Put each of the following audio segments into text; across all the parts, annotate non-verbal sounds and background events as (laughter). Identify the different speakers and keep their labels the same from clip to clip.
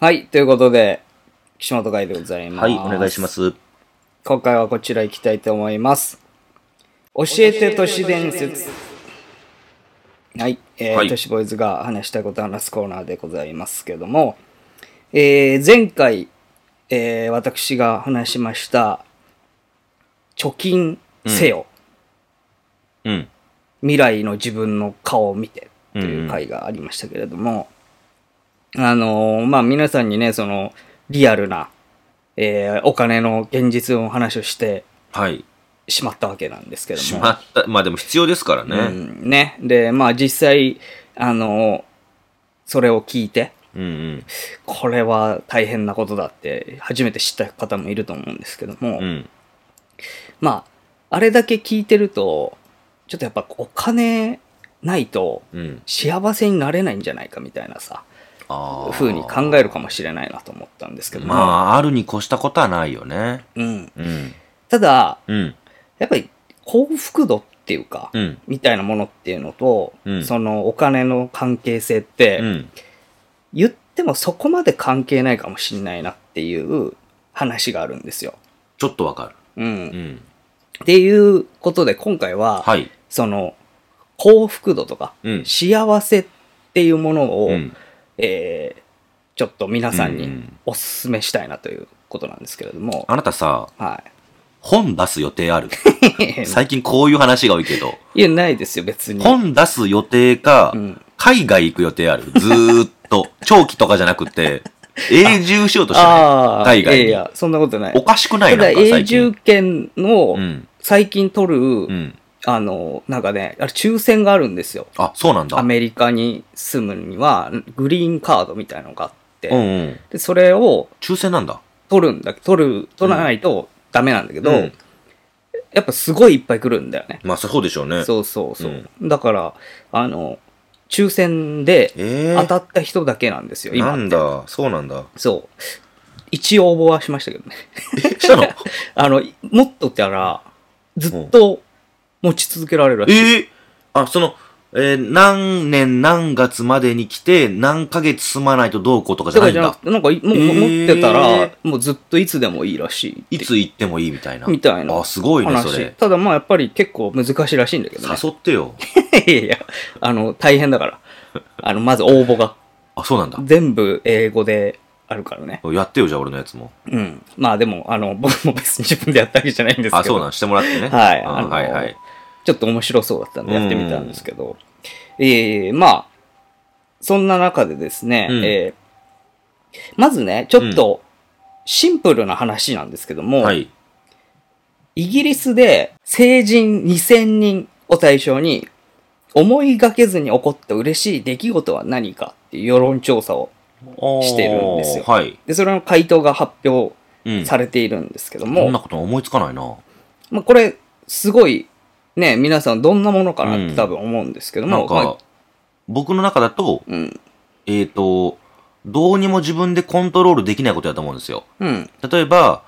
Speaker 1: はい、ということで、岸本会でございます。。
Speaker 2: はい、お願いしますす。
Speaker 1: 今回はこちら行きたいと思います。教えて都市伝説。はい、えー
Speaker 2: はい
Speaker 1: 都市ボーイズが話したいことを話すコーナーでございますけども、えー前回、えー私が話しました、貯金せよ、
Speaker 2: うん。
Speaker 1: 未来の自分の顔を見てという回がありましたけれども、あのーまあ皆さんにね、その、リアルな、えーお金の現実の話をして
Speaker 2: はい。
Speaker 1: しまったわけなんですけども。
Speaker 2: しまった。まあでも必要ですから
Speaker 1: う
Speaker 2: ね。
Speaker 1: ん、ね。で、まあ実際、あのーそれを聞いて、
Speaker 2: うんうん。
Speaker 1: これは大変なことだって初めて知った方もいると思うんですけども、
Speaker 2: うん。
Speaker 1: まあ、あれだけ聞いてると、ちょっとやっぱお金ないと
Speaker 2: うん。
Speaker 1: 幸せになれないんじゃないかみたいなさ、
Speaker 2: ああ。
Speaker 1: ふうに考えるかもしれないなと思ったんですけども、
Speaker 2: まあ、あるに越したことはないよね。
Speaker 1: うん、
Speaker 2: うん。
Speaker 1: ただ
Speaker 2: うん。
Speaker 1: やっぱり幸福度っていうか、
Speaker 2: うん。
Speaker 1: みたいなものっていうのと、
Speaker 2: うん
Speaker 1: そのお金の関係性って、
Speaker 2: うん。
Speaker 1: 言ってもそこまで関係ないかもしれないなっていう話があるんですよ。
Speaker 2: ちょっとわか
Speaker 1: うん
Speaker 2: る。うん。
Speaker 1: っていうことで今回は、
Speaker 2: はい。
Speaker 1: その幸福度とか、
Speaker 2: うん
Speaker 1: 幸せっていうものを、
Speaker 2: うん。
Speaker 1: えーちょっと皆さん
Speaker 2: うんう
Speaker 1: に
Speaker 2: ん
Speaker 1: お勧めしたいなということなんですけれども、
Speaker 2: あなたさ、
Speaker 1: はい。
Speaker 2: 本出す予定あ (laughs) る最近こういう話が多いけど、
Speaker 1: いや、ないですよ、別に。
Speaker 2: 本出す予定か
Speaker 1: うん、
Speaker 2: 海外行く予定ある。ずーっと。 (laughs) 長期とかじゃなくて、永住しようとして
Speaker 1: ああ、
Speaker 2: ない海
Speaker 1: い
Speaker 2: 外
Speaker 1: やい
Speaker 2: に。
Speaker 1: や、そんなことない。
Speaker 2: おかしくな
Speaker 1: た
Speaker 2: い
Speaker 1: だ、
Speaker 2: なんか
Speaker 1: 永
Speaker 2: 最
Speaker 1: 住
Speaker 2: 近。
Speaker 1: 権の
Speaker 2: うん。
Speaker 1: 最近取る、
Speaker 2: うん。
Speaker 1: あの、なんかね、あれ抽選があるんですよ。
Speaker 2: あ、そうなんだ。
Speaker 1: アメリカに住むには、グリーンカードみたいなのがあって、
Speaker 2: うんうん。
Speaker 1: でそれを
Speaker 2: 抽選なんだ。
Speaker 1: 取るんだ、取る、取らないとダメなんだけど、
Speaker 2: うん
Speaker 1: やっぱすごいいっぱい来るんだよね。
Speaker 2: まあ、そうでしょうね。
Speaker 1: そうそうそう。だから、あの、抽選で
Speaker 2: ええ
Speaker 1: 当たった人だけなんですよ、
Speaker 2: な
Speaker 1: 今っ
Speaker 2: ん
Speaker 1: て。
Speaker 2: だ、そうなんだ。
Speaker 1: そう。一応応募はしましたけどね。
Speaker 2: し
Speaker 1: (laughs)
Speaker 2: たの
Speaker 1: あの、持っとったら、ずっと持ち続けられるらしい。
Speaker 2: ええあ、その、えー何年何月までに来て、何ヶ月住まないとどうこうとかじ
Speaker 1: だ
Speaker 2: ゃ
Speaker 1: か
Speaker 2: な
Speaker 1: ら
Speaker 2: いん
Speaker 1: じゃな
Speaker 2: だ
Speaker 1: く。て、なんか、もう、
Speaker 2: えー
Speaker 1: 持ってたら、もうずっといつでもいいらしいって
Speaker 2: いつ行ってもいいみたいな。
Speaker 1: みたいな
Speaker 2: あ、すごいね、そ
Speaker 1: 話
Speaker 2: れ。。
Speaker 1: ただまあ、やっぱり結構難しいらしいんだけどね。
Speaker 2: 誘ってよ。
Speaker 1: (laughs) いやいや、あの、大変だから。あの、まず応募が。
Speaker 2: あ、そうなんだ。
Speaker 1: 全部英語であるからね。
Speaker 2: やってよ、じゃあ俺のやつも。
Speaker 1: うん。まあでも、あの、僕も別に自分でやったわけじゃないんですけど。
Speaker 2: あ、そうなん、してもらってね。
Speaker 1: はい
Speaker 2: あ
Speaker 1: あのー
Speaker 2: はいはい。
Speaker 1: ちょっと面白そうだったんでやってみたんですけど。えー、まあ、そんな中でですね、
Speaker 2: うん
Speaker 1: えーまずね、ちょっとシンプルな話なんですけども、
Speaker 2: はい。
Speaker 1: イギリスで成人2000人を対象に、思いがけずに起こった嬉しい出来事は何かっていう世論調査を、してるんですよ
Speaker 2: あーはい。
Speaker 1: で、それの回答が発表
Speaker 2: うん。
Speaker 1: されているんですけども、
Speaker 2: こんなこと思いつかないな。
Speaker 1: まあ、これ、すごい、ね、皆さんどんなものかなって多分思うんですけど
Speaker 2: な
Speaker 1: も、
Speaker 2: ん
Speaker 1: まあ
Speaker 2: か、僕の中だと、
Speaker 1: うん、
Speaker 2: えっ、と、どうにも自分でコントロールできないことやと思うんですよ。
Speaker 1: うん、
Speaker 2: 例えば、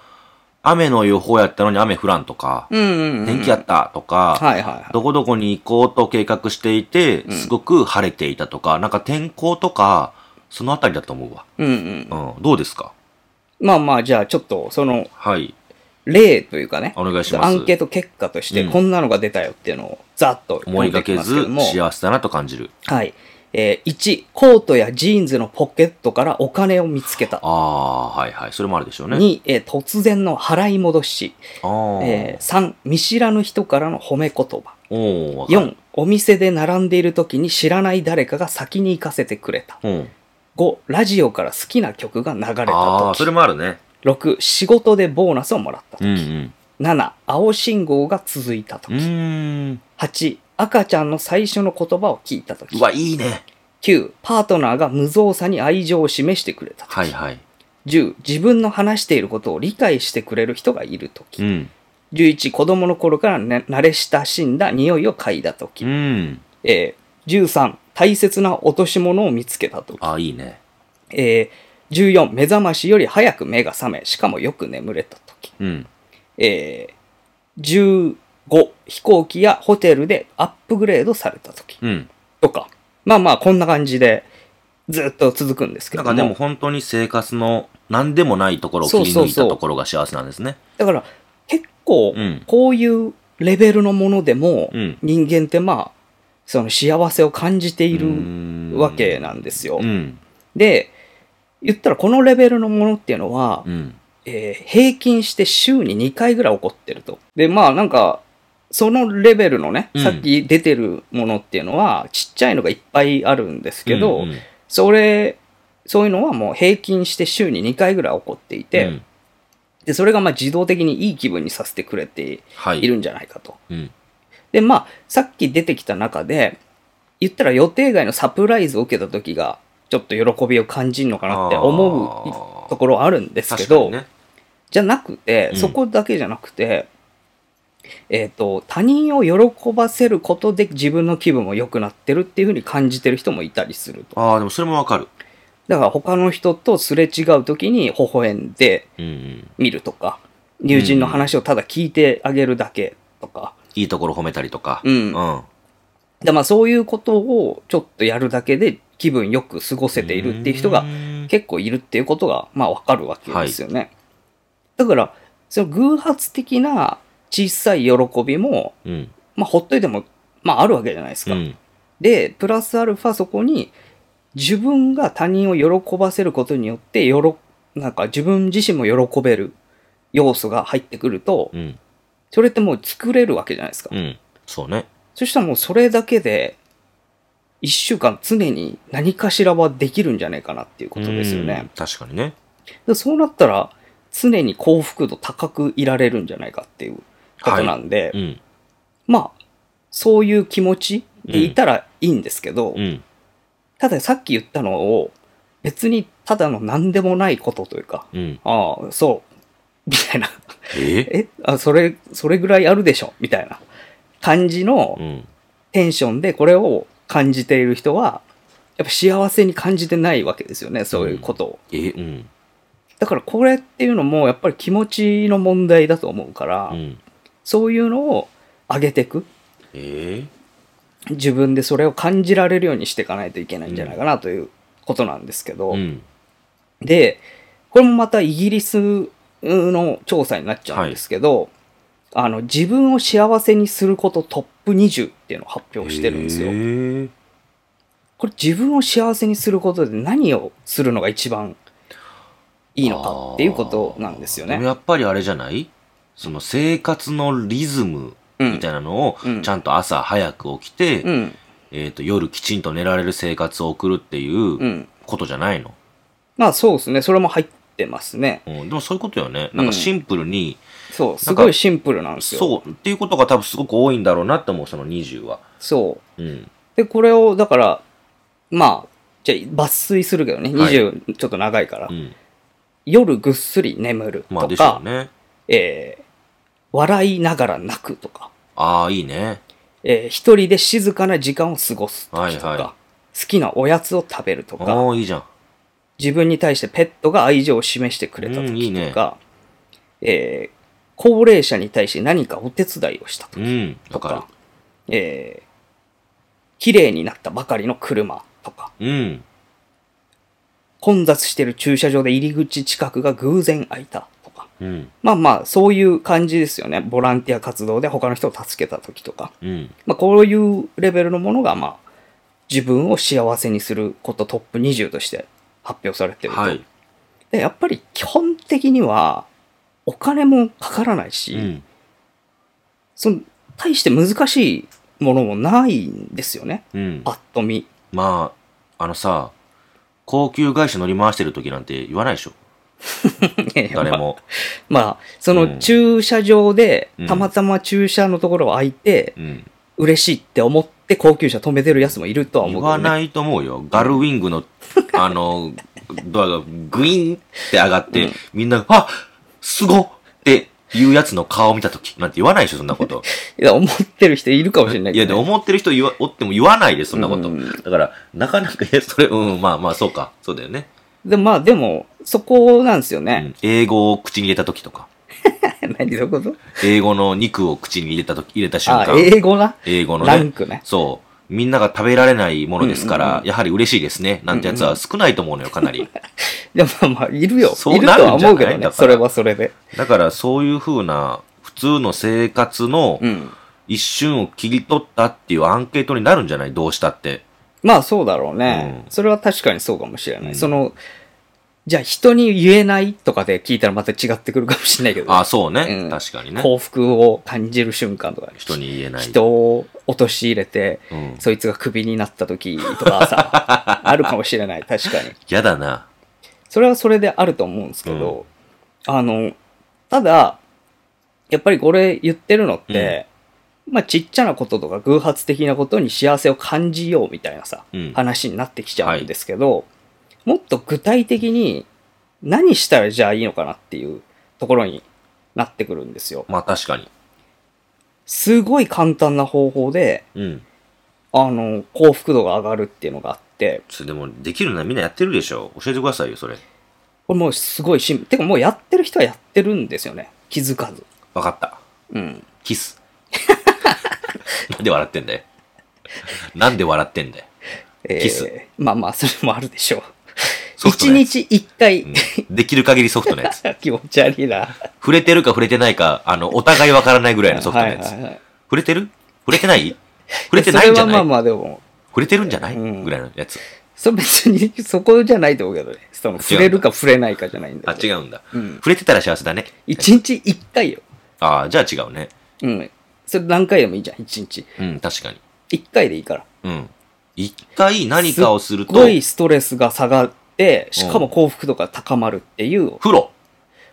Speaker 2: 雨の予報やったのに雨降らんとか、
Speaker 1: うんうん、うん。
Speaker 2: 天気やったとか、
Speaker 1: はいはいはい。
Speaker 2: どこどこに行こうと計画していて、すごく晴れていたとか、なんか天候とか、そのあたりだと思うわ。
Speaker 1: うんうん。
Speaker 2: うん、どうですか
Speaker 1: まあまあ、じゃあちょっと、その、
Speaker 2: はい。
Speaker 1: 例というかね、
Speaker 2: お願いします
Speaker 1: アンケート結果として、
Speaker 2: うん
Speaker 1: こんなのが出たよっていうのを、ざっと
Speaker 2: 思いがけ
Speaker 1: 読
Speaker 2: ず
Speaker 1: んでいきますけども
Speaker 2: 幸せだなと感じる。
Speaker 1: はい。えー、1、コートやジーンズのポケットからお金を見つけた。
Speaker 2: ああー、はいはい。それもあるでしょうね。
Speaker 1: 2、えー突然の払い戻し。
Speaker 2: あー
Speaker 1: えー、3、見知らぬ人からの褒め言葉。
Speaker 2: おーわかる
Speaker 1: 4、お店で並んでいる時に知らない誰かが先に行かせてくれた。
Speaker 2: うん。
Speaker 1: 5、ラジオから好きな曲が流れた
Speaker 2: ああ、それ
Speaker 1: 時。
Speaker 2: もあるね。
Speaker 1: 6、仕事でボーナスをもらった
Speaker 2: う
Speaker 1: 時。
Speaker 2: ん
Speaker 1: 7、青信号が続いた
Speaker 2: うん。う
Speaker 1: 時。
Speaker 2: ーん。
Speaker 1: 8、赤ちゃんの最初の言葉を聞いた時
Speaker 2: う。わ、いいね。
Speaker 1: 9、パートナーが無造作に愛情を示してくれた時。
Speaker 2: はいはい。
Speaker 1: 10自分の話していることを理解してくれる人がいるとき、
Speaker 2: うん。
Speaker 1: 11子供の頃から、ね、慣れ親しんだ匂いを嗅いだとき、
Speaker 2: うん。
Speaker 1: えー13大切な落とし物を見つけたとき、
Speaker 2: ああ、いいね。
Speaker 1: えー14目覚ましより早く目が覚めしかもよく眠れたとき、
Speaker 2: うん。
Speaker 1: えー15飛行機やホテルでアップグレードされたとき
Speaker 2: うん。
Speaker 1: とかまあまあこんな感じでずっと続くんですけ
Speaker 2: な
Speaker 1: ど
Speaker 2: んかでも本当に生活の何でもないところを切り抜いたところが幸せなんですね。
Speaker 1: だから結構
Speaker 2: うん
Speaker 1: こういうレベルのものでも
Speaker 2: うん
Speaker 1: 人間ってまあその幸せを感じている
Speaker 2: る
Speaker 1: わけなんですよ
Speaker 2: う。ん。
Speaker 1: で言ったらこのレベルのものっていうのは
Speaker 2: う、ん。
Speaker 1: えー平均して週に2回ぐらい起こってると。でまあなんかそのレベルのね、
Speaker 2: うん
Speaker 1: さっき出てるものっていうのはちっちゃいのがいっぱいあるんですけど、
Speaker 2: うんうん
Speaker 1: それそういうのはもう平均して週に2回ぐらい起こっていて、
Speaker 2: うん
Speaker 1: でそれがまあ自動的にいい気分にさせてくれて
Speaker 2: はい。
Speaker 1: いるんじゃないかと。
Speaker 2: うん。
Speaker 1: で、まあ、さっき出てきた中で、言ったら予定外のサプライズを受けた時が、ちょっと喜びを感じるのかなって思うところあるんですけ
Speaker 2: 確か
Speaker 1: ど、
Speaker 2: にね。
Speaker 1: じゃなくて、
Speaker 2: うん
Speaker 1: そこだけじゃなくて、えっ、と、他人を喜ばせることで自分の気分も良くなってるっていうふうに感じてる人もいたりすると。
Speaker 2: ああ、でもそれもわかる。
Speaker 1: だから他の人とすれ違う時に微笑んで
Speaker 2: うんうん。
Speaker 1: みるとか、友人の話をただ聞いてあげるだけとか、
Speaker 2: いいところ褒めたりとか。
Speaker 1: うん
Speaker 2: うん。
Speaker 1: でまあそういうことをちょっとやるだけで気分よく過ごせているっていう人が
Speaker 2: うん
Speaker 1: 結構いるっていうことがまあわかるわけですよね。だからその偶発的な小さい喜びも、
Speaker 2: うん。
Speaker 1: まあ、ほっといても、まあ、あるわけじゃないです
Speaker 2: う
Speaker 1: か。
Speaker 2: ん。
Speaker 1: でプラスアルファそこに自分が他人を喜ばせることによってよろなんか自分自身も喜べる要素が入ってくると
Speaker 2: うん。
Speaker 1: それってもう作れるわけじゃないですか。
Speaker 2: うん。そうね。
Speaker 1: そしたらもうそれだけで、一週間常に何かしらはできるんじゃないかなっていうことですよ
Speaker 2: うん
Speaker 1: ね。
Speaker 2: 確かにね。
Speaker 1: でそうなったら、常に幸福度高くいられるんじゃないかっていうことなんで、
Speaker 2: うん。
Speaker 1: まあ、そういう気持ちでいたらいいんですけど、
Speaker 2: うん。
Speaker 1: たださっき言ったのを、別にただの何でもないことというか、
Speaker 2: うん。
Speaker 1: ああ、そう、みたいな、
Speaker 2: え
Speaker 1: えあ、それ、それぐらいあるでしょ、みたいな感じの
Speaker 2: うん。
Speaker 1: テンションでこれを感じている人は、やっぱ幸せに感じてないわけですよね、そういうことを。
Speaker 2: えうん。
Speaker 1: だからこれっていうのも、やっぱり気持ちの問題だと思うから、
Speaker 2: うん。
Speaker 1: そういうのを上げていく。
Speaker 2: え
Speaker 1: 自分でそれを感じられるようにしていかないといけないんじゃないかなということなんですけど。
Speaker 2: うん。
Speaker 1: で、これもまたイギリスの調査になっちゃうんですけど、あの自分を幸せにすることトップ20っていうのを発表してるんですよ。
Speaker 2: よ。
Speaker 1: これ自分を幸せにすることで何をするのが一番いいのかっていうことなんですよ
Speaker 2: でも
Speaker 1: ね。
Speaker 2: やっぱりあれじゃないその生活のリズム
Speaker 1: う
Speaker 2: み
Speaker 1: ん
Speaker 2: たいなのを
Speaker 1: うん
Speaker 2: ちゃんと朝早く起きて、
Speaker 1: うん。
Speaker 2: えー、と夜きちんと寝られる生活を送るっていう
Speaker 1: う。
Speaker 2: うんことじゃないの、
Speaker 1: まあそうですね。それも入ってますね。
Speaker 2: うんでもそういうことよね
Speaker 1: ん
Speaker 2: なんかシンプルに、
Speaker 1: そう。すごいシンプルなんですよ。そう。
Speaker 2: そうっていうことが多分すごく多いんだろうなって思うその20はうん
Speaker 1: で、これを、だから、まあ、じゃあ抜粋するけどね。
Speaker 2: はい
Speaker 1: 20、ちょっと長いから。
Speaker 2: うん
Speaker 1: 夜ぐっすり眠る
Speaker 2: まあ
Speaker 1: と
Speaker 2: でしょ
Speaker 1: か、
Speaker 2: うね
Speaker 1: えー笑いながら泣くとか、
Speaker 2: ああいいね
Speaker 1: えー一人で静かな時間を過ごす時とか、
Speaker 2: はいは
Speaker 1: 好きなおやつを食べるとか、
Speaker 2: ああいいじゃん
Speaker 1: 自分に対してペットが愛情を示してくれた
Speaker 2: うんいい
Speaker 1: 時
Speaker 2: ね
Speaker 1: とか、えー高齢者に対して何かお手伝いをした
Speaker 2: う
Speaker 1: 時
Speaker 2: ん
Speaker 1: と
Speaker 2: わ
Speaker 1: か、
Speaker 2: か
Speaker 1: えー綺麗になったばかりの車とか、
Speaker 2: るうん
Speaker 1: 混雑してる駐車場で入り口近くが偶然開いたとか、
Speaker 2: うん
Speaker 1: まあまあ、そういう感じですよね。ボランティア活動で他の人を助けた時とか。
Speaker 2: うん
Speaker 1: まあ、こういうレベルのものが、まあ、自分を幸せにすることトップ20として発表されてると。
Speaker 2: はい、
Speaker 1: でやっぱり基本的にはお金もかからないし、
Speaker 2: うん、
Speaker 1: その対して難しいものもないんですよね
Speaker 2: うん
Speaker 1: パッと見 (laughs)
Speaker 2: まああのさ高級外車乗り回してる時なんて言わないでしょ誰も
Speaker 1: まあそうの
Speaker 2: ん
Speaker 1: 駐車場で
Speaker 2: うん
Speaker 1: たまたま駐車のところは空いて
Speaker 2: うん
Speaker 1: 嬉しいって思って高級車止めてるやつもいるとは思
Speaker 2: 言
Speaker 1: う
Speaker 2: わ
Speaker 1: けど、ね、
Speaker 2: ないと思うよ。ガルウィン
Speaker 1: (laughs)
Speaker 2: グの、あの、ドアがグイーンって上がって、みんなが、あすごっって言うやつの顔を見たとき、なんて言わないでしょ、そんなこと。
Speaker 1: いや思ってる人いるかもしれない
Speaker 2: い
Speaker 1: け
Speaker 2: や、
Speaker 1: (laughs)
Speaker 2: で、
Speaker 1: どね、
Speaker 2: 思ってる人言わおっても言わないで、そんなこと。
Speaker 1: うん
Speaker 2: だから、なかなか、え、それ、うん、まあまあ、そうか。そうだよね。
Speaker 1: でまあでもそこなんですよ
Speaker 2: う
Speaker 1: ね、
Speaker 2: ん、英語を口に入れたときとか、
Speaker 1: 何どういうこと
Speaker 2: 英語の肉を口に入れたとき、入れた瞬
Speaker 1: あ
Speaker 2: 間、
Speaker 1: 英語な、
Speaker 2: 英語の
Speaker 1: ラン
Speaker 2: ね、
Speaker 1: クね
Speaker 2: そう、みんなが食べられないものですから、
Speaker 1: うんうん
Speaker 2: やはり嬉しいですね。なんてやつは少ないと思うのよ、かな
Speaker 1: (laughs)
Speaker 2: り。
Speaker 1: いや、まあまあ、いるよ。
Speaker 2: そう
Speaker 1: いると
Speaker 2: なる
Speaker 1: は
Speaker 2: んじゃない
Speaker 1: 思うけど
Speaker 2: だ
Speaker 1: ね
Speaker 2: か。ら
Speaker 1: それはそれで。
Speaker 2: だからそういう風な、普通の生活の
Speaker 1: うん。
Speaker 2: 一瞬を切り取ったっていうアンケートになるんじゃないどうしたって。
Speaker 1: まあそうだろうね。
Speaker 2: うん
Speaker 1: それは確かにそうかもしれない。
Speaker 2: うん
Speaker 1: その、じゃあ人に言えないとかで聞いたらまた違ってくるかもしれないけど、
Speaker 2: あ、そうね。
Speaker 1: うん
Speaker 2: 確かにね。
Speaker 1: 幸福を感じる瞬間とか、
Speaker 2: 人に言えない。
Speaker 1: 人を陥れて、
Speaker 2: うん。
Speaker 1: そいつがクビになった時とか
Speaker 2: (laughs)
Speaker 1: さ、あるかもしれない。確かに。
Speaker 2: 嫌だな。
Speaker 1: それはそれであると思うんですけど、あの、ただ、やっぱりこれ言ってるのって、まあちっちゃなこととか偶発的なことに幸せを感じようみたいなさ、
Speaker 2: うん
Speaker 1: 話になってきちゃうんですけど、もっと具体的に何したらじゃあいいのかなっていうところになってくるんですよ。
Speaker 2: まあ確かに。
Speaker 1: すごい簡単な方法で、
Speaker 2: うん。
Speaker 1: あの、幸福度が上がるっていうのがあって、
Speaker 2: それでも、できるならみんなやってるでしょ。教えてくださいよ、それ。
Speaker 1: これもうすごいシンプル。てかもうやってる人はやってるんですよね。気づかず。
Speaker 2: わかった。
Speaker 1: うん。(laughs)
Speaker 2: キス。なんで笑ってんだよ。なんで笑ってんだよ。
Speaker 1: えー
Speaker 2: キス
Speaker 1: まあまあ、それもあるでしょう。
Speaker 2: ソフト
Speaker 1: 一
Speaker 2: なやつ
Speaker 1: 日一回、
Speaker 2: うんできる限りソフトなやつ。
Speaker 1: 気持ち悪いな。
Speaker 2: 触れてるか触れてないか、あの、お互いわからないぐらいのソフトなや
Speaker 1: は
Speaker 2: つ。
Speaker 1: いはいはい
Speaker 2: 触れてる触れてない触れてないんじゃ
Speaker 1: それ
Speaker 2: な
Speaker 1: はまあまあ
Speaker 2: い
Speaker 1: でも、
Speaker 2: 触れてるんじゃない
Speaker 1: うん
Speaker 2: ぐらいのやつ。
Speaker 1: それ別にそこじゃないと思うけどね。その触れるか触れないかじゃないんだ
Speaker 2: あ、
Speaker 1: け
Speaker 2: 違
Speaker 1: ど。
Speaker 2: うんだ。
Speaker 1: うん
Speaker 2: 触れてたら幸せだね。
Speaker 1: 一日一回よ。
Speaker 2: ああ、じゃあ違うね。
Speaker 1: うん。それ何回でもいいじゃん、一日。
Speaker 2: うん、確かに。
Speaker 1: 一回でいいから。
Speaker 2: うん。一回何かをする
Speaker 1: す
Speaker 2: と
Speaker 1: ご、いストレスが下がって、しかも幸福度が高まるっていう。
Speaker 2: 風呂。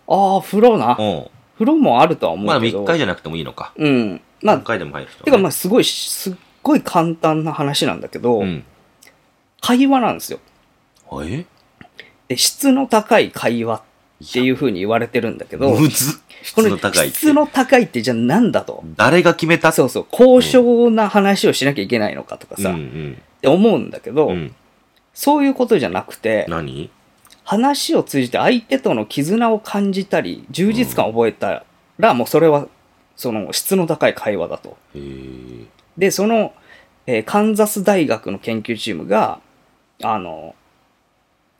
Speaker 1: ああ、風呂な
Speaker 2: う。ん。
Speaker 1: 風呂もあるとは思
Speaker 2: まあ
Speaker 1: うけど。
Speaker 2: 一回じゃなくてもいいのか。
Speaker 1: うん。まあ
Speaker 2: 何、回でも入る人はね。
Speaker 1: てかまあすごい、すっごい簡単な話なんだけど、
Speaker 2: うん。
Speaker 1: 会話なんですよ。
Speaker 2: え
Speaker 1: で、質の高い会話っていう風に言われてるんだけど、
Speaker 2: むずっ。質の高いって。
Speaker 1: 質の高いってじゃあなんだと。
Speaker 2: 誰が決めたって
Speaker 1: そうそう、高尚な話をしなきゃいけないのかとかさ、
Speaker 2: う
Speaker 1: っ
Speaker 2: ん
Speaker 1: て思うんだけど、
Speaker 2: うん。うん。
Speaker 1: そういうことじゃなくて、
Speaker 2: 何
Speaker 1: 話を通じて相手との絆を感じたり、充実感を覚えたら、もうそれは、その質の高い会話だと。
Speaker 2: へえ。
Speaker 1: で、その、えーカンザス大学の研究チームが、あの、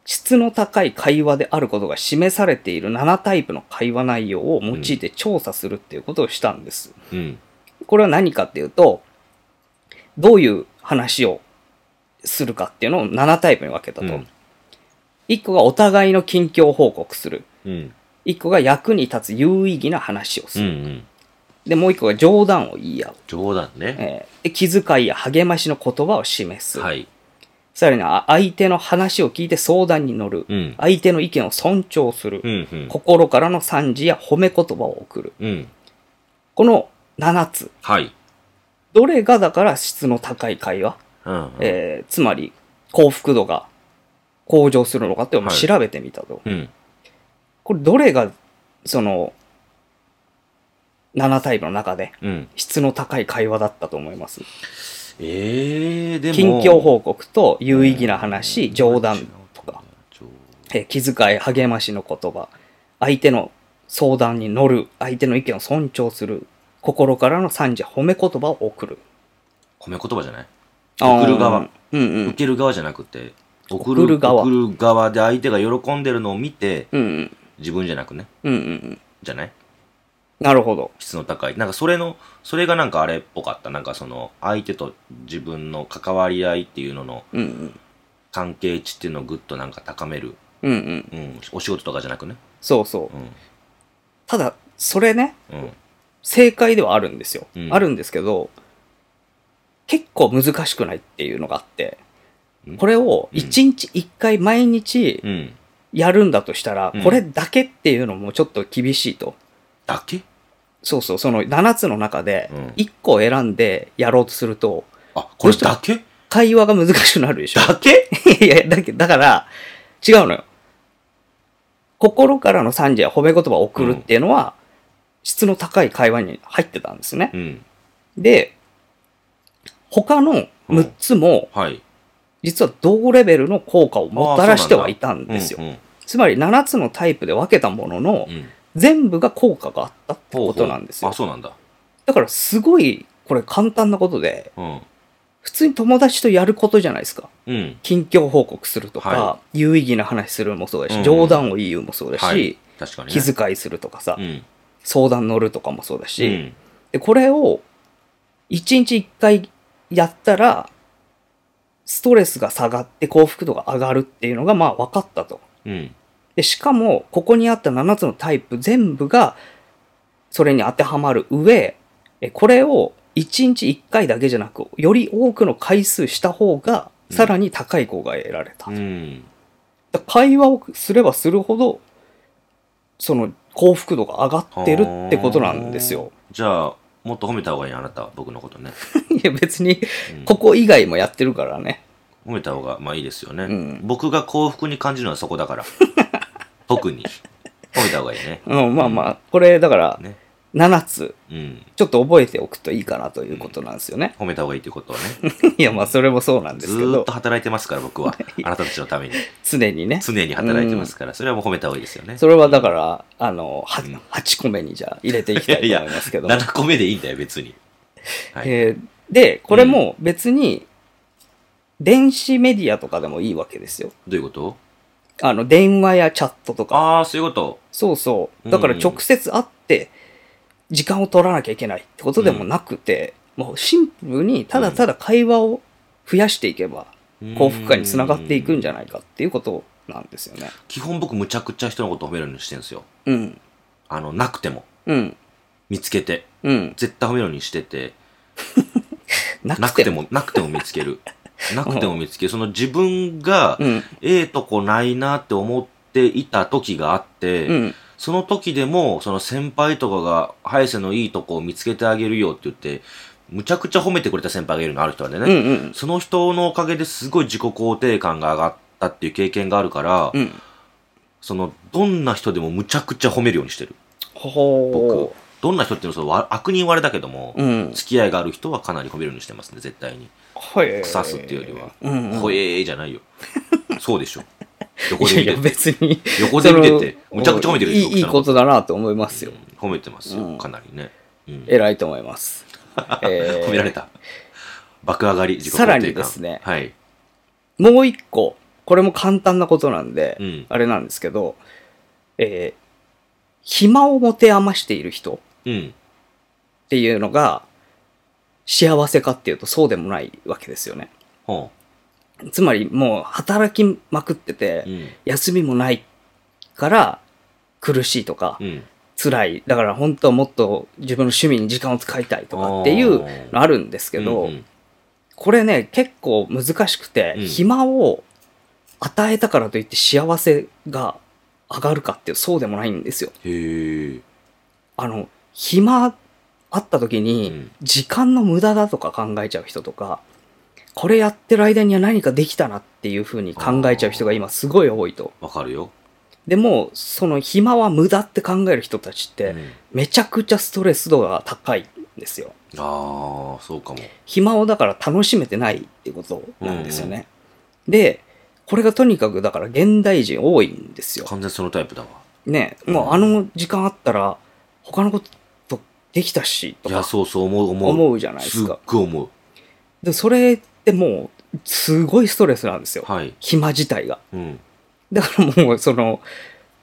Speaker 1: 質の高い会話であることが示されている7タイプの会話内容を用いて調査するっていうことをしたんです。
Speaker 2: うん。
Speaker 1: これは何かっていうと、どういう話をするかっていうのを7タイプに分けたと。
Speaker 2: うん
Speaker 1: 1個がお互いの近況報告する。
Speaker 2: うん。
Speaker 1: 1個が役に立つ有意義な話をす
Speaker 2: うんう
Speaker 1: る。
Speaker 2: ん。
Speaker 1: で、もう1個が冗談を言い合う。
Speaker 2: 冗談ね。
Speaker 1: えーで気遣いや励ましの言葉を示す。
Speaker 2: はい。
Speaker 1: さらには相手の話を聞いて相談に乗る。
Speaker 2: うん。
Speaker 1: 相手の意見を尊重する。
Speaker 2: うんうん。
Speaker 1: 心からの賛辞や褒め言葉を送る。
Speaker 2: うん。
Speaker 1: この7つ。
Speaker 2: はい。
Speaker 1: どれがだから質の高い会話、
Speaker 2: うんうん。
Speaker 1: えーつまり幸福度が向上するのかっていうのを
Speaker 2: はい
Speaker 1: 調べてみたと。
Speaker 2: うん。
Speaker 1: これどれがその7タイプの中で
Speaker 2: うん。
Speaker 1: 質の高い会話だったと思います
Speaker 2: ええでも。
Speaker 1: 近況報告と有意義な話、冗談とか。
Speaker 2: 冗
Speaker 1: えー気遣い、励ましの言葉、相手の相談に乗る、相手の意見を尊重する、心からの賛辞、褒め言葉を送る。
Speaker 2: 褒め言葉じゃない送る側。
Speaker 1: うんう
Speaker 2: 受
Speaker 1: ん。
Speaker 2: ける側じゃなくて、送
Speaker 1: 送る側
Speaker 2: 送る側で相手が喜んでるのを見て、
Speaker 1: うんうん。
Speaker 2: 自分じゃなくね。
Speaker 1: うんうんうん。
Speaker 2: じゃない
Speaker 1: なるほど。
Speaker 2: 質の高い。なんかそれの、それがなんかあれっぽかった。なんかその、相手と自分の関わり合いっていうのの
Speaker 1: うんうん。
Speaker 2: 関係値っていうのをぐっとなんか高める。
Speaker 1: うんうん。
Speaker 2: うん。お仕事とかじゃなくね。
Speaker 1: そうそう
Speaker 2: う。ん。
Speaker 1: ただ、それね、
Speaker 2: うん。
Speaker 1: 正解ではあるんですよ。
Speaker 2: うん
Speaker 1: あるんですけど、結構難しくないっていうのがあって
Speaker 2: うん、
Speaker 1: これを1日1回毎日
Speaker 2: うん。
Speaker 1: やるんだとしたら、
Speaker 2: うん
Speaker 1: これだけっていうのもちょっと厳しいと。
Speaker 2: だけ
Speaker 1: そうそう、その7つの中で
Speaker 2: うん、
Speaker 1: 1個選んでやろうとすると、
Speaker 2: あ、これだけ
Speaker 1: 会話が難しくなるでしょ。
Speaker 2: だけ
Speaker 1: (laughs) いやいや、だけだから、違うのよ。心からの賛辞や褒め言葉を送るっていうのは、質の高い会話に入ってたんですね
Speaker 2: う。ん。
Speaker 1: で、他の6つも、
Speaker 2: はい。
Speaker 1: 実は同レベルの効果をもたらしてはいたん
Speaker 2: うん
Speaker 1: ですよ。
Speaker 2: うん
Speaker 1: つまり7つのタイプで分けたものの
Speaker 2: う、ん。
Speaker 1: 全部が効果があったってことなんですよ
Speaker 2: あ、。そうなんだ。
Speaker 1: だからすごい、これ簡単なことで、
Speaker 2: うん。
Speaker 1: 普通に友達とやることじゃないですか。
Speaker 2: うん。
Speaker 1: 近況報告するとか、
Speaker 2: は
Speaker 1: 有意義な話するもそうだし、
Speaker 2: うん
Speaker 1: 冗談を言うもそうだし、
Speaker 2: はい。確かに、ね。
Speaker 1: 気遣いするとかさ、
Speaker 2: うん。
Speaker 1: 相談乗るとかもそうだし、
Speaker 2: うん。
Speaker 1: でこれを1日1回やったらストレスが下がって幸福度が上がるっていうのがまあ分かったと。
Speaker 2: うん。
Speaker 1: でしかもここにあった7つのタイプ全部がそれに当てはまる上えこれを1日1回だけじゃなくより多くの回数した方が
Speaker 2: うん
Speaker 1: さらに高い子が得られた。
Speaker 2: うん。
Speaker 1: だ会話をすればするほどその幸福度が上がってるってことなんです
Speaker 2: (laughs)
Speaker 1: よ。
Speaker 2: じゃあ、もっと褒めた方がいいなあなたは、僕のことね。
Speaker 1: いや別に
Speaker 2: うん
Speaker 1: ここ以外もやってるからね。
Speaker 2: 褒めた方が、まあいいですよね、
Speaker 1: うん
Speaker 2: 僕が幸福に感じるのはそこ
Speaker 1: (laughs)
Speaker 2: だから。特に。褒めた方がいいね。
Speaker 1: うん、まあまあ、これだから
Speaker 2: ね。
Speaker 1: 7つ、
Speaker 2: うん。
Speaker 1: ちょっと覚えておくといいかなということなんですよね。
Speaker 2: 褒めた方がいいということをね。
Speaker 1: (laughs) いやまあそれもそうなんで
Speaker 2: ず
Speaker 1: すけ
Speaker 2: ーっ
Speaker 1: ど
Speaker 2: と、働いてますから、
Speaker 1: (laughs)
Speaker 2: 僕は。あなたたちのために。
Speaker 1: 常にね。
Speaker 2: 常に働いてますから、それはもう褒めた方がいいですよね。
Speaker 1: それはだから、あの、は
Speaker 2: うん
Speaker 1: 8個目にじゃあ入れていきたいと思いますけど。
Speaker 2: 7個目でいいんだよ、別に。はい。
Speaker 1: えーで、これも別に、電子メディアとかでもいいわけですよ。
Speaker 2: どういうこと
Speaker 1: あの、電話やチャットとか。
Speaker 2: ああ、そういうこと。
Speaker 1: そうそう。だから
Speaker 2: うん
Speaker 1: 直接会って、時間を取らなきゃいけないってことでもなくて、もうシンプルにただただ会話を増やしていけば、幸福感につながっていくんじゃ
Speaker 2: い
Speaker 1: ないかっていうことなんですよね。
Speaker 2: 基本僕、むちゃくちゃ人のこと褒めるようにしてるんですよ。
Speaker 1: うん。
Speaker 2: あの、なくても。
Speaker 1: うん。
Speaker 2: 見つけて。
Speaker 1: うん。
Speaker 2: 絶対褒めるようにしてて。
Speaker 1: な
Speaker 2: な
Speaker 1: く
Speaker 2: く
Speaker 1: て
Speaker 2: て
Speaker 1: も。
Speaker 2: も、なくても見
Speaker 1: (laughs)
Speaker 2: つける。なくても見つける。その自分が、ええとこないなって思っていた時があって、
Speaker 1: うん。うん。
Speaker 2: その時でも、その先輩とかが、早瀬のいいとこを見つけてあげるよって言って、むちゃくちゃ褒めてくれた先輩がいるの、ある人はね。
Speaker 1: うん。うん。
Speaker 2: その人のおかげですごい自己肯定感が上がったっていう経験があるから、
Speaker 1: うん。
Speaker 2: その、どんな人でもむちゃくちゃ褒めるようにしてる。
Speaker 1: ほ
Speaker 2: 僕。どんな人っていうのはそのわ悪人割れだけども、
Speaker 1: う。うん。
Speaker 2: 付き合いがある人はかなり褒めるようにしてますね、絶対に。
Speaker 1: ほえ
Speaker 2: 腐すっていうよりは。
Speaker 1: うん。
Speaker 2: ほえ
Speaker 1: え。
Speaker 2: ーじ
Speaker 1: (laughs)
Speaker 2: ゃないよ。そうでしょ。横
Speaker 1: い
Speaker 2: で
Speaker 1: や
Speaker 2: 見
Speaker 1: い
Speaker 2: て
Speaker 1: や、別に。
Speaker 2: 横で見てて、
Speaker 1: その
Speaker 2: むちゃくちゃ褒めてるで
Speaker 1: い
Speaker 2: しょ。
Speaker 1: いいいことだなと思いますよ。
Speaker 2: うん褒めてますよ、
Speaker 1: うん
Speaker 2: かなりね。うん
Speaker 1: 偉いと思います。えー
Speaker 2: (laughs) 褒められた。爆上がり、自己
Speaker 1: さ
Speaker 2: 肯定感。
Speaker 1: らにですね
Speaker 2: はい。
Speaker 1: もう一個、これも簡単なことなんで、
Speaker 2: うん
Speaker 1: あれなんですけど、えー暇を持て余している人っ
Speaker 2: うん。
Speaker 1: ていうのが、幸せかっていうとそうでもないわけですよね。
Speaker 2: ほ
Speaker 1: つまりもう働きまくってて
Speaker 2: う。う、ん。
Speaker 1: 休みもないから苦しいとか、
Speaker 2: うん。
Speaker 1: 辛い。だから本当はもっと自分の趣味に時間を使いたいとかっていうのあるんですけど、
Speaker 2: うんうん
Speaker 1: これね、結構難しくて、
Speaker 2: うん
Speaker 1: 暇を与えたからといって幸せが上がるかっていう、そうでもないんですよ。
Speaker 2: へえ。
Speaker 1: あの、暇あった時
Speaker 2: う
Speaker 1: に
Speaker 2: ん、
Speaker 1: 時間の無駄だとか考えちゃう人とか、これやってる間には何かできたなっていうふうに考えちゃう人が今すごい多いと。
Speaker 2: わかるよ。
Speaker 1: でも、その暇は無駄って考える人たちっ
Speaker 2: う
Speaker 1: て、
Speaker 2: ん
Speaker 1: めちゃくちゃストレス度が高いんですよ。
Speaker 2: ああ、そうかも。
Speaker 1: 暇をだから楽しめてないっていうことなんですよね。で、これがとにかくだから現代人多いんですよ。
Speaker 2: 完全にそのタイプだわ。
Speaker 1: ね、
Speaker 2: うん
Speaker 1: もうあの時間あったら他のことできたしと
Speaker 2: いや、
Speaker 1: か
Speaker 2: そうそう思う、思う。
Speaker 1: 思うじゃないです
Speaker 2: すっ
Speaker 1: か。
Speaker 2: ごい思う。
Speaker 1: で、それってもうすごいストレスなんですよ。
Speaker 2: はい。
Speaker 1: 暇自体が。
Speaker 2: うん。
Speaker 1: だからもうその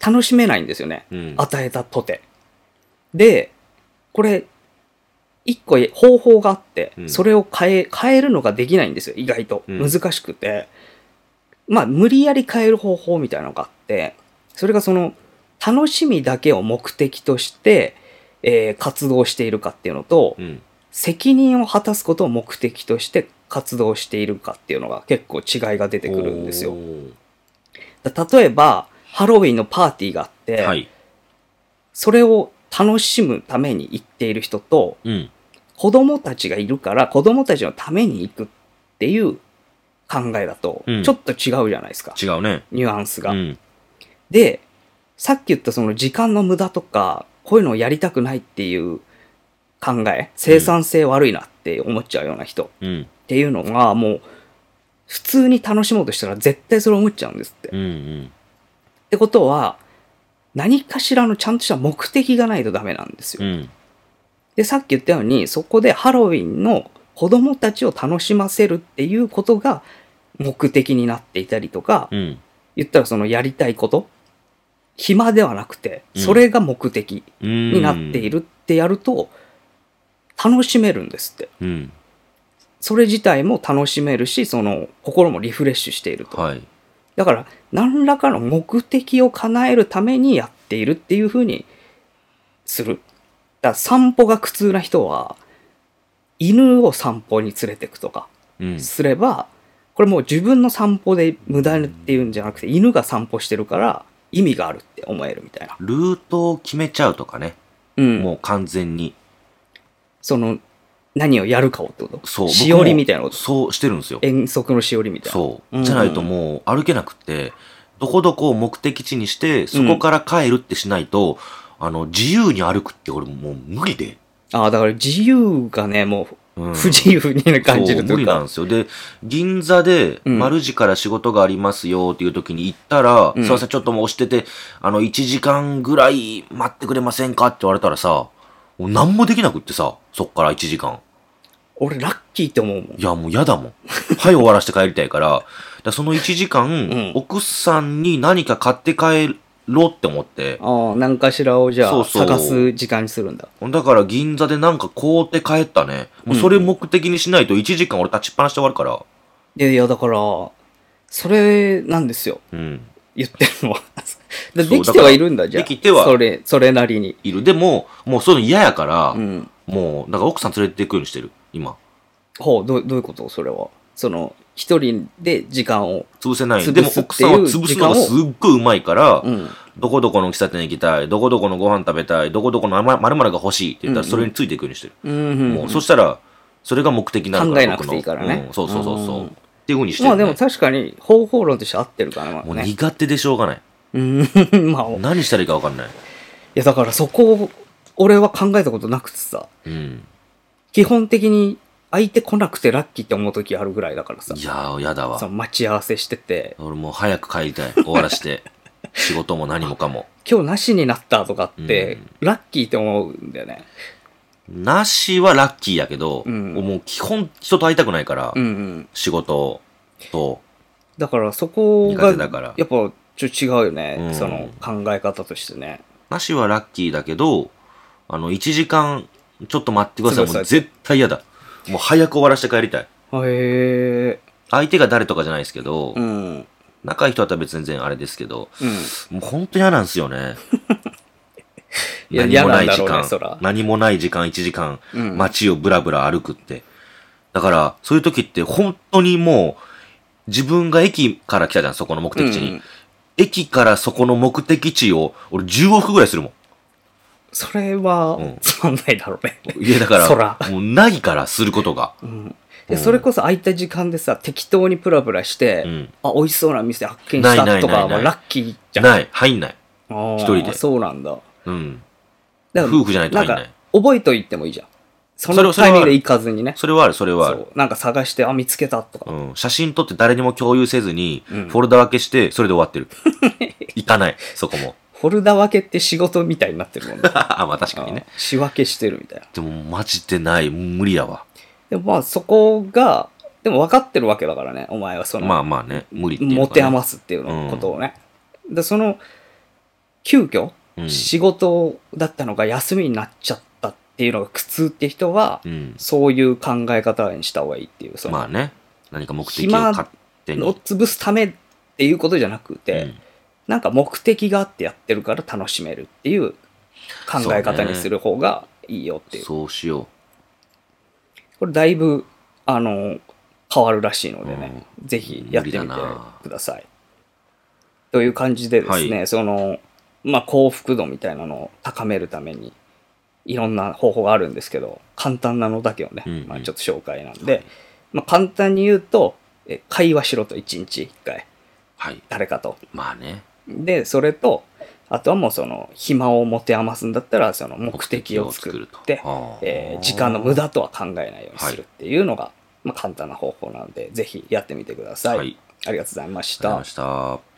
Speaker 1: 楽しめないんですよね。
Speaker 2: うん。
Speaker 1: 与えたとて。で、これ、一個方法があって
Speaker 2: う、ん
Speaker 1: それを変え、変えるのができないんですよ、意外と。
Speaker 2: うん
Speaker 1: 難しくて。まあ、無理やり変える方法みたいなのがあって、それがその、楽しみだけを目的として、えー活動しているかっていうのと、
Speaker 2: うん。
Speaker 1: 責任を果たすことを目的として活動しているかっていうのが結構違いが出てくるんです
Speaker 2: お
Speaker 1: よ。
Speaker 2: ー
Speaker 1: だ例えば、ハロウィンのパーティーがあって、
Speaker 2: はい。
Speaker 1: それを楽しむために行っている人と、
Speaker 2: うん。
Speaker 1: 子供たちがいるから子供たちのために行くっていう考えだと
Speaker 2: う、ん
Speaker 1: ちょっと違うじゃないですか、
Speaker 2: 違うね。
Speaker 1: ニュアンス
Speaker 2: う
Speaker 1: が。
Speaker 2: ん。
Speaker 1: で、さっき言ったその時間の無駄とか、こういうのをやりたくないっていう考え、生産性悪いなって思っちゃうような人っ
Speaker 2: うん。
Speaker 1: ていうのが、もう、普通に楽しもうとしたら絶対それ思っちゃうんですって。
Speaker 2: うん。うん。
Speaker 1: ってことは、何かしらのちゃんとした目的がないとダメなんですよ
Speaker 2: う。ん。
Speaker 1: で、さっき言ったように、そこでハロウィンの子供たちを楽しませるっていうことが目的になっていたりとか、
Speaker 2: うん。
Speaker 1: 言ったらそのやりたいこと、暇ではなくて、
Speaker 2: うん
Speaker 1: それが目的に
Speaker 2: に
Speaker 1: なってい。るってやると、楽しめるんですって。
Speaker 2: うん。
Speaker 1: それ自体も楽しめるし、その心もリフレッシュしていると。
Speaker 2: はい。
Speaker 1: だから、何らかの目的を叶えるためにやっているっていう風にする。だから散歩が苦痛な人は、犬を散歩に連れてくとか
Speaker 2: うん。
Speaker 1: すれば、これもう自分の散歩で無駄っていうんじゃなくて、犬が散歩してるから意味があるって思えるみたいな。
Speaker 2: ルートを決めちゃうとかね。
Speaker 1: うん。
Speaker 2: もう完全に。
Speaker 1: その、何をやるかをってこと
Speaker 2: そう。
Speaker 1: しおりみたいなこ
Speaker 2: 僕
Speaker 1: と
Speaker 2: もそうしてるんですよ。
Speaker 1: 遠足のしおりみたいな。
Speaker 2: そ
Speaker 1: うん
Speaker 2: う。じゃないともう歩けなくって、どこどこを目的地にして、そこから帰るってしないと、あの、自由に歩くって俺もう無理で。
Speaker 1: ああ、だから自由がね、も
Speaker 2: う
Speaker 1: うん不自由に感じる
Speaker 2: そう
Speaker 1: と
Speaker 2: 無
Speaker 1: いう
Speaker 2: 理
Speaker 1: か。
Speaker 2: なんですよ。で、銀座で、
Speaker 1: うん
Speaker 2: 丸時から仕事がありますよっていう時に行ったら、
Speaker 1: うん
Speaker 2: すいません、ちょっともう押してて、あの、1時間ぐらい待ってくれませんかって言われたらさ、もう何もできなくってさ、そっから1時間。
Speaker 1: 俺ラッキーって思うもん
Speaker 2: い。や、もう嫌だもん。はい、終わらせて帰りたいから。だからその1時間、
Speaker 1: ん
Speaker 2: 奥さんに何か買って帰ろうって思って。
Speaker 1: ああ、何かしらをじゃ
Speaker 2: そ
Speaker 1: あ
Speaker 2: うそう
Speaker 1: 探す時間にするんだ。
Speaker 2: だから銀座でなんか買うて帰ったね。もうそれ目的にしないと1時間俺立ちっぱなしで終わるから。
Speaker 1: いやいや、だから、それなんですよ。
Speaker 2: うん。
Speaker 1: 言ってるのは。で
Speaker 2: (laughs) そう
Speaker 1: できてはいるんだ、
Speaker 2: だ
Speaker 1: じ
Speaker 2: か
Speaker 1: ゃ
Speaker 2: ら
Speaker 1: あ。
Speaker 2: できては
Speaker 1: それ、それなりに。
Speaker 2: いる。でも、もうそういうの嫌やから、
Speaker 1: うん。
Speaker 2: もう、だから奥さん連れて行くようにしてる。今。
Speaker 1: ほう、どうどういうことそれは。その、一人で時間を。
Speaker 2: 潰せない。
Speaker 1: 潰す
Speaker 2: でも奥さんは
Speaker 1: っていう
Speaker 2: 潰すのが
Speaker 1: 時
Speaker 2: すっごいうまいから、
Speaker 1: うん。
Speaker 2: どこどこの喫茶店行きたい、どこどこのご飯食べたい、どこどこのまるまるが欲しいって言った
Speaker 1: うんう
Speaker 2: ら
Speaker 1: ん
Speaker 2: それについていくようにしてる。
Speaker 1: うん、
Speaker 2: もう、そ
Speaker 1: そ
Speaker 2: したら、それが目的になるか
Speaker 1: 考
Speaker 2: ら。
Speaker 1: えなくていいからね
Speaker 2: 僕のうんそうそうそうそう。
Speaker 1: うん
Speaker 2: っていうふうにして
Speaker 1: ま
Speaker 2: る
Speaker 1: あ
Speaker 2: ね、
Speaker 1: でも確かに方法論として合ってるから
Speaker 2: もう
Speaker 1: ね。
Speaker 2: 苦手でしょうがない。
Speaker 1: うん、 (laughs) まあ、い
Speaker 2: 何したらいいかわかんない。
Speaker 1: やだからそこを、俺は考えたことなくてさ、
Speaker 2: うん。
Speaker 1: 基本的に相手来なくてラッキーって思う時あるぐらいだからさ
Speaker 2: い、やー、やだわ
Speaker 1: そ。の待ち合わせしてて、
Speaker 2: 俺もう早く帰りたい。終わらして。 (laughs) 仕事も何もかも。
Speaker 1: 今日なしになったとかって、
Speaker 2: うん
Speaker 1: ラッキーって思うんだよね。
Speaker 2: なしはラッキーやけど、
Speaker 1: うん
Speaker 2: もう基本人と会いたくないから、
Speaker 1: うんうん。
Speaker 2: 仕事と、
Speaker 1: だからそこ
Speaker 2: 苦
Speaker 1: が、
Speaker 2: 手だから
Speaker 1: やっぱちょっと違うよね、
Speaker 2: うん
Speaker 1: その考え方としてね。
Speaker 2: なしはラッキーだけど、あの、1時間、ちょっと待ってください。
Speaker 1: 潰
Speaker 2: も
Speaker 1: さ
Speaker 2: う
Speaker 1: れて
Speaker 2: 絶対嫌だ。もう早く終わらして帰りたい。
Speaker 1: へえ。
Speaker 2: 相手が誰とかじゃないですけど、
Speaker 1: うん。うん。
Speaker 2: 仲いい人だったら別に全然あれですけど、もう本当嫌なんですよね。
Speaker 1: (laughs) いや
Speaker 2: 何もな
Speaker 1: 嫌な
Speaker 2: い
Speaker 1: んだ
Speaker 2: 時
Speaker 1: ろうね
Speaker 2: 間、
Speaker 1: そら
Speaker 2: 何もない時間、1時間、
Speaker 1: うん
Speaker 2: 街をブラブラ歩くって。だから、そういう時って本当にもう、自分が駅から来たじゃん、そこの目的地に。
Speaker 1: うん
Speaker 2: 駅からそこの目的地を、俺10往復ぐらいす (laughs) るも
Speaker 1: それは
Speaker 2: うん
Speaker 1: つまんないだろうね。
Speaker 2: ん。いや、だか
Speaker 1: そら
Speaker 2: ら、もうないから、することが。
Speaker 1: うん
Speaker 2: う
Speaker 1: で、
Speaker 2: ん
Speaker 1: それこそ空いた時間でさ、適当にプラプラして、
Speaker 2: うん
Speaker 1: あ、美味しそうな店発見
Speaker 2: な
Speaker 1: し
Speaker 2: いな
Speaker 1: た
Speaker 2: い
Speaker 1: とか
Speaker 2: ないな
Speaker 1: はいラッキーじゃん。
Speaker 2: ない、入んない。
Speaker 1: あー
Speaker 2: 一人で
Speaker 1: そうなんだ。
Speaker 2: うん。
Speaker 1: だから
Speaker 2: 夫婦じゃないと入んない
Speaker 1: んか、覚えといてもいいじゃん。そ
Speaker 2: それ
Speaker 1: の
Speaker 2: はそれ
Speaker 1: タイ
Speaker 2: は
Speaker 1: ミングで行かずにね。
Speaker 2: それはある、それはある
Speaker 1: そ。う。なんか探して、あ、見つけたとか。
Speaker 2: うん、写真撮って誰にも共有せずに、
Speaker 1: うん
Speaker 2: フォルダ分けして、それで終わ
Speaker 1: (laughs)
Speaker 2: ってる。行かない、そこも。。
Speaker 1: フォルダ分けって仕事みたいになってるもんね
Speaker 2: あまあ (laughs) 確かにね。
Speaker 1: あ仕分けしてるみたいな。
Speaker 2: でもマジでない、無理やわ。
Speaker 1: でもまあそこが、でも分かってるわけだからね、お前はその、
Speaker 2: まあまあね、無理っていう
Speaker 1: 持て
Speaker 2: ま
Speaker 1: 余すっていうのことをね。で、その、急遽、
Speaker 2: うん
Speaker 1: 仕事だったのが休みになっちゃったっていうのが苦痛って人は、
Speaker 2: うん。
Speaker 1: そういう考え方にした方がいいっていう、その、
Speaker 2: まあね、何か目的を
Speaker 1: 暇
Speaker 2: 勝手に。
Speaker 1: を潰すためっていうことじゃなくて、
Speaker 2: うん
Speaker 1: なんか目的があってやってるから楽しめるっていう考え方にする方がいいよっていう。
Speaker 2: そうしよ
Speaker 1: これだいぶ、あの、変わるらしいのでね、ぜひやって
Speaker 2: 無
Speaker 1: み
Speaker 2: 理
Speaker 1: て
Speaker 2: だな
Speaker 1: ください。という感じでですね、
Speaker 2: は
Speaker 1: その、まあ、幸福度みたいなのを高めるために、いろんな方法があるんですけど、簡単なのだけをね、
Speaker 2: うんうん
Speaker 1: まあ、ちょっと紹介なんで、まあ、簡単に言うと、え会話しろと1日1回、
Speaker 2: う。はい。
Speaker 1: 誰かと。
Speaker 2: まあね。
Speaker 1: で、それと、あとはもうその、暇を持て余すんだったら、その目的を作って、
Speaker 2: あー
Speaker 1: えー時間の無駄とは考えないようにするっていうのが、まあ、簡単な方法なので、ぜひやってみてください。
Speaker 2: はい。
Speaker 1: ありがとうございまし
Speaker 2: ありがとうござい
Speaker 1: た
Speaker 2: ま。した。